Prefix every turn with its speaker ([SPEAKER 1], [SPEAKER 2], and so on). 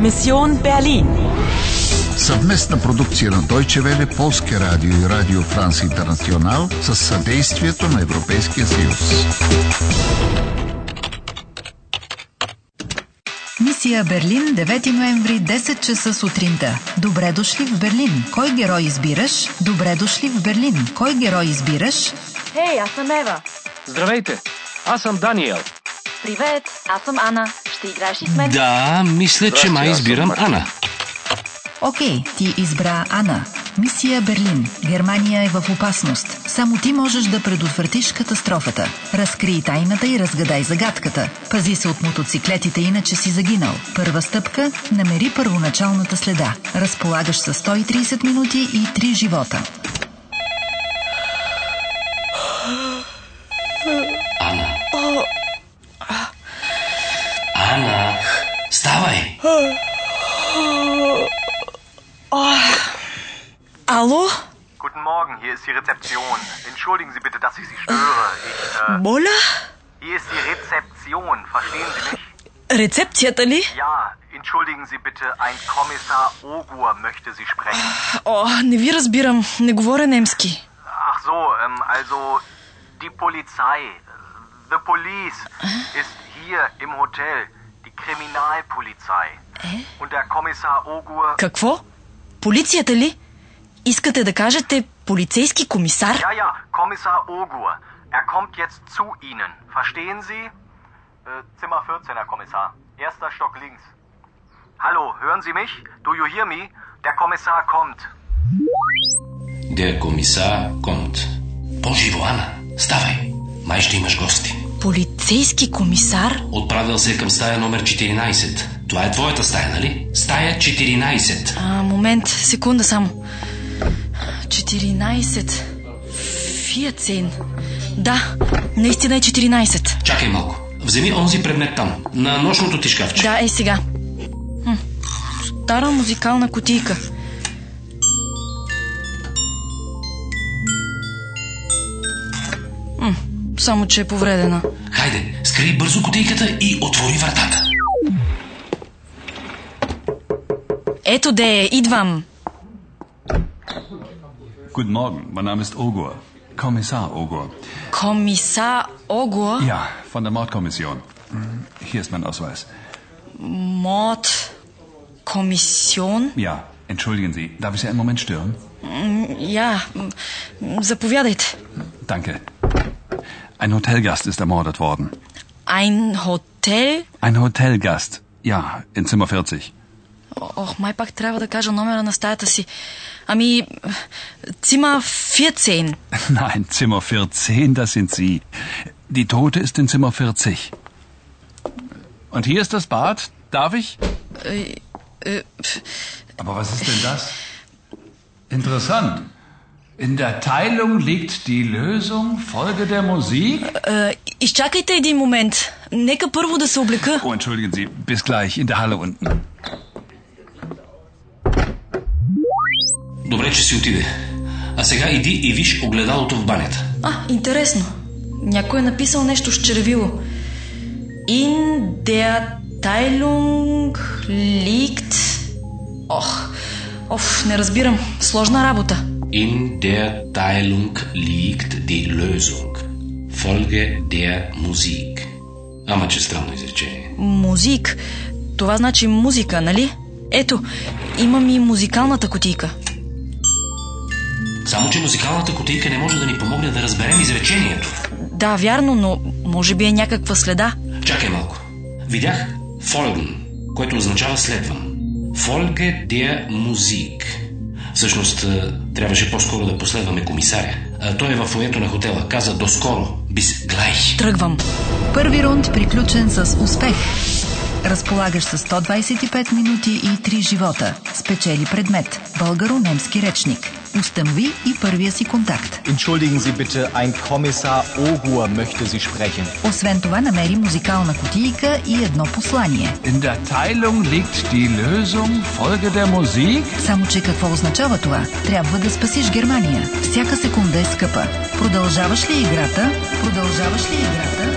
[SPEAKER 1] Mission Berlin.
[SPEAKER 2] Съвместна продукция на Deutsche Welle, Полския радио и Радио Франс Интернационал с съдействието на Европейския съюз.
[SPEAKER 3] Мисия Берлин, 9 ноември, 10 часа сутринта. Добре дошли в Берлин. Кой герой избираш? Добре дошли в Берлин. Кой герой избираш?
[SPEAKER 4] Хей, аз съм Ева.
[SPEAKER 5] Здравейте! Аз съм Даниел.
[SPEAKER 4] Привет, аз съм Ана. Ще играеш ли с мен?
[SPEAKER 6] Да, мисля, че май избирам Ана.
[SPEAKER 3] Окей, ти избра Ана. Мисия Берлин. Германия е в опасност. Само ти можеш да предотвратиш катастрофата. Разкрий тайната и разгадай загадката. Пази се от мотоциклетите, иначе си загинал. Първа стъпка – намери първоначалната следа. Разполагаш с 130 минути и 3 живота.
[SPEAKER 6] Ана, ставай!
[SPEAKER 7] Hallo?
[SPEAKER 8] Guten Morgen, hier ist die Rezeption. Entschuldigen Sie bitte, dass ich Sie störe. Ich, äh,
[SPEAKER 7] Моля?
[SPEAKER 8] hier ist die Rezeption, verstehen Sie mich?
[SPEAKER 7] Рецепцията ли?
[SPEAKER 8] Ja, entschuldigen Sie bitte, ein Kommissar Ogur möchte Sie sprechen.
[SPEAKER 7] О, не ви разбирам. Не говоря немски.
[SPEAKER 8] Ach so, ähm, also die Polizei, the police, ist hier im Hotel, die Kriminalpolizei. Und der Kommissar Ogur...
[SPEAKER 7] Какво? Полицията ли? Искате да кажете полицейски комисар?
[SPEAKER 8] Ja, ja, Kommissar Ogur, er kommt jetzt zu Ihnen, verstehen Sie? Äh, Zimmer 14, Herr Kommissar, erster Stock links. Hallo, hören Sie mich? Do you hear me? Der Kommissar kommt.
[SPEAKER 6] Der Kommissar kommt. По-живо, Ана, ставай! Май ще имаш гости.
[SPEAKER 7] Полицейски комисар?
[SPEAKER 6] Отправил се е към стая номер 14. Това е твоята стая, нали? Стая 14.
[SPEAKER 7] А, момент, секунда само. 14. Фиацин. Да, наистина е 14.
[SPEAKER 6] Чакай малко. Вземи онзи предмет там, на нощното ти шкафче.
[SPEAKER 7] Да, е сега. М, Стара музикална кутийка. М, Само, че е повредена.
[SPEAKER 6] Хайде, скри бързо кутийката и отвори вратата.
[SPEAKER 7] Ето де е, идвам.
[SPEAKER 9] Guten Morgen, mein Name ist Ogur. Kommissar Ogur.
[SPEAKER 7] Комиса Ого
[SPEAKER 9] Ja, von der Mordkommission. Hm, Hier ist mein Ausweis.
[SPEAKER 7] Мод Комисион.
[SPEAKER 9] Ja, entschuldigen Sie, darf ich Sie einen Moment stören?
[SPEAKER 7] Mm, Я, м, м, заповядайте.
[SPEAKER 9] Danke. Ein Hotelgast ist ermordet worden.
[SPEAKER 7] Ein Hotel.
[SPEAKER 9] Ein Hotelgast. Ja, in Zimmer 40.
[SPEAKER 7] О- Ох, май пак трябва да кажа номера на стаята си. Ами, Цима Фиецейн.
[SPEAKER 9] Nein, Zimmer 14, das sind Sie. Die Tote ist in Zimmer 40. Und hier ist das Bad. Darf ich?
[SPEAKER 7] Äh,
[SPEAKER 9] Aber was ist denn das? Interessant. In der Teilung liegt die Lösung. Folge der Musik.
[SPEAKER 7] Е, Изчакайте един момент. Нека първо да се облека.
[SPEAKER 9] Oh, entschuldigen Sie. Bis gleich in der Halle unten.
[SPEAKER 6] Добре, че си отиде. А сега иди и виж огледалото в банята.
[SPEAKER 7] А, интересно. Някой е написал нещо с червило. In der Teilung liegt... Ох, оф, не разбирам. Сложна работа.
[SPEAKER 6] In der Teilung liegt die Lösung. Folge der Musik. Ама че странно изречение.
[SPEAKER 7] Музик. Това значи музика, нали? Ето, имам и музикалната котийка.
[SPEAKER 6] Само, че музикалната котейка не може да ни помогне да разберем изречението.
[SPEAKER 7] Да, вярно, но може би е някаква следа.
[SPEAKER 6] Чакай малко. Видях folgen, което означава следвам. Folge der Musik. Всъщност, а, трябваше по-скоро да последваме комисаря. А, Той е във фоето на хотела. Каза доскоро. Bis gleich.
[SPEAKER 7] Тръгвам.
[SPEAKER 3] Първи рунд приключен с успех. Разполагаш с 125 минути и 3 живота. Спечели предмет – българо-немски речник. Установи и първия си контакт.
[SPEAKER 10] Entschuldigen Sie bitte, ein Kommissar Ogur möchte Sie sprechen.
[SPEAKER 3] Освен това намери музикална кутийка и едно послание.
[SPEAKER 9] In der Teilung liegt die Lösung. Folge der Musik.
[SPEAKER 3] Само, че какво означава това? Трябва да спасиш Германия. Всяка секунда е скъпа. Продължаваш ли играта? Продължаваш ли играта?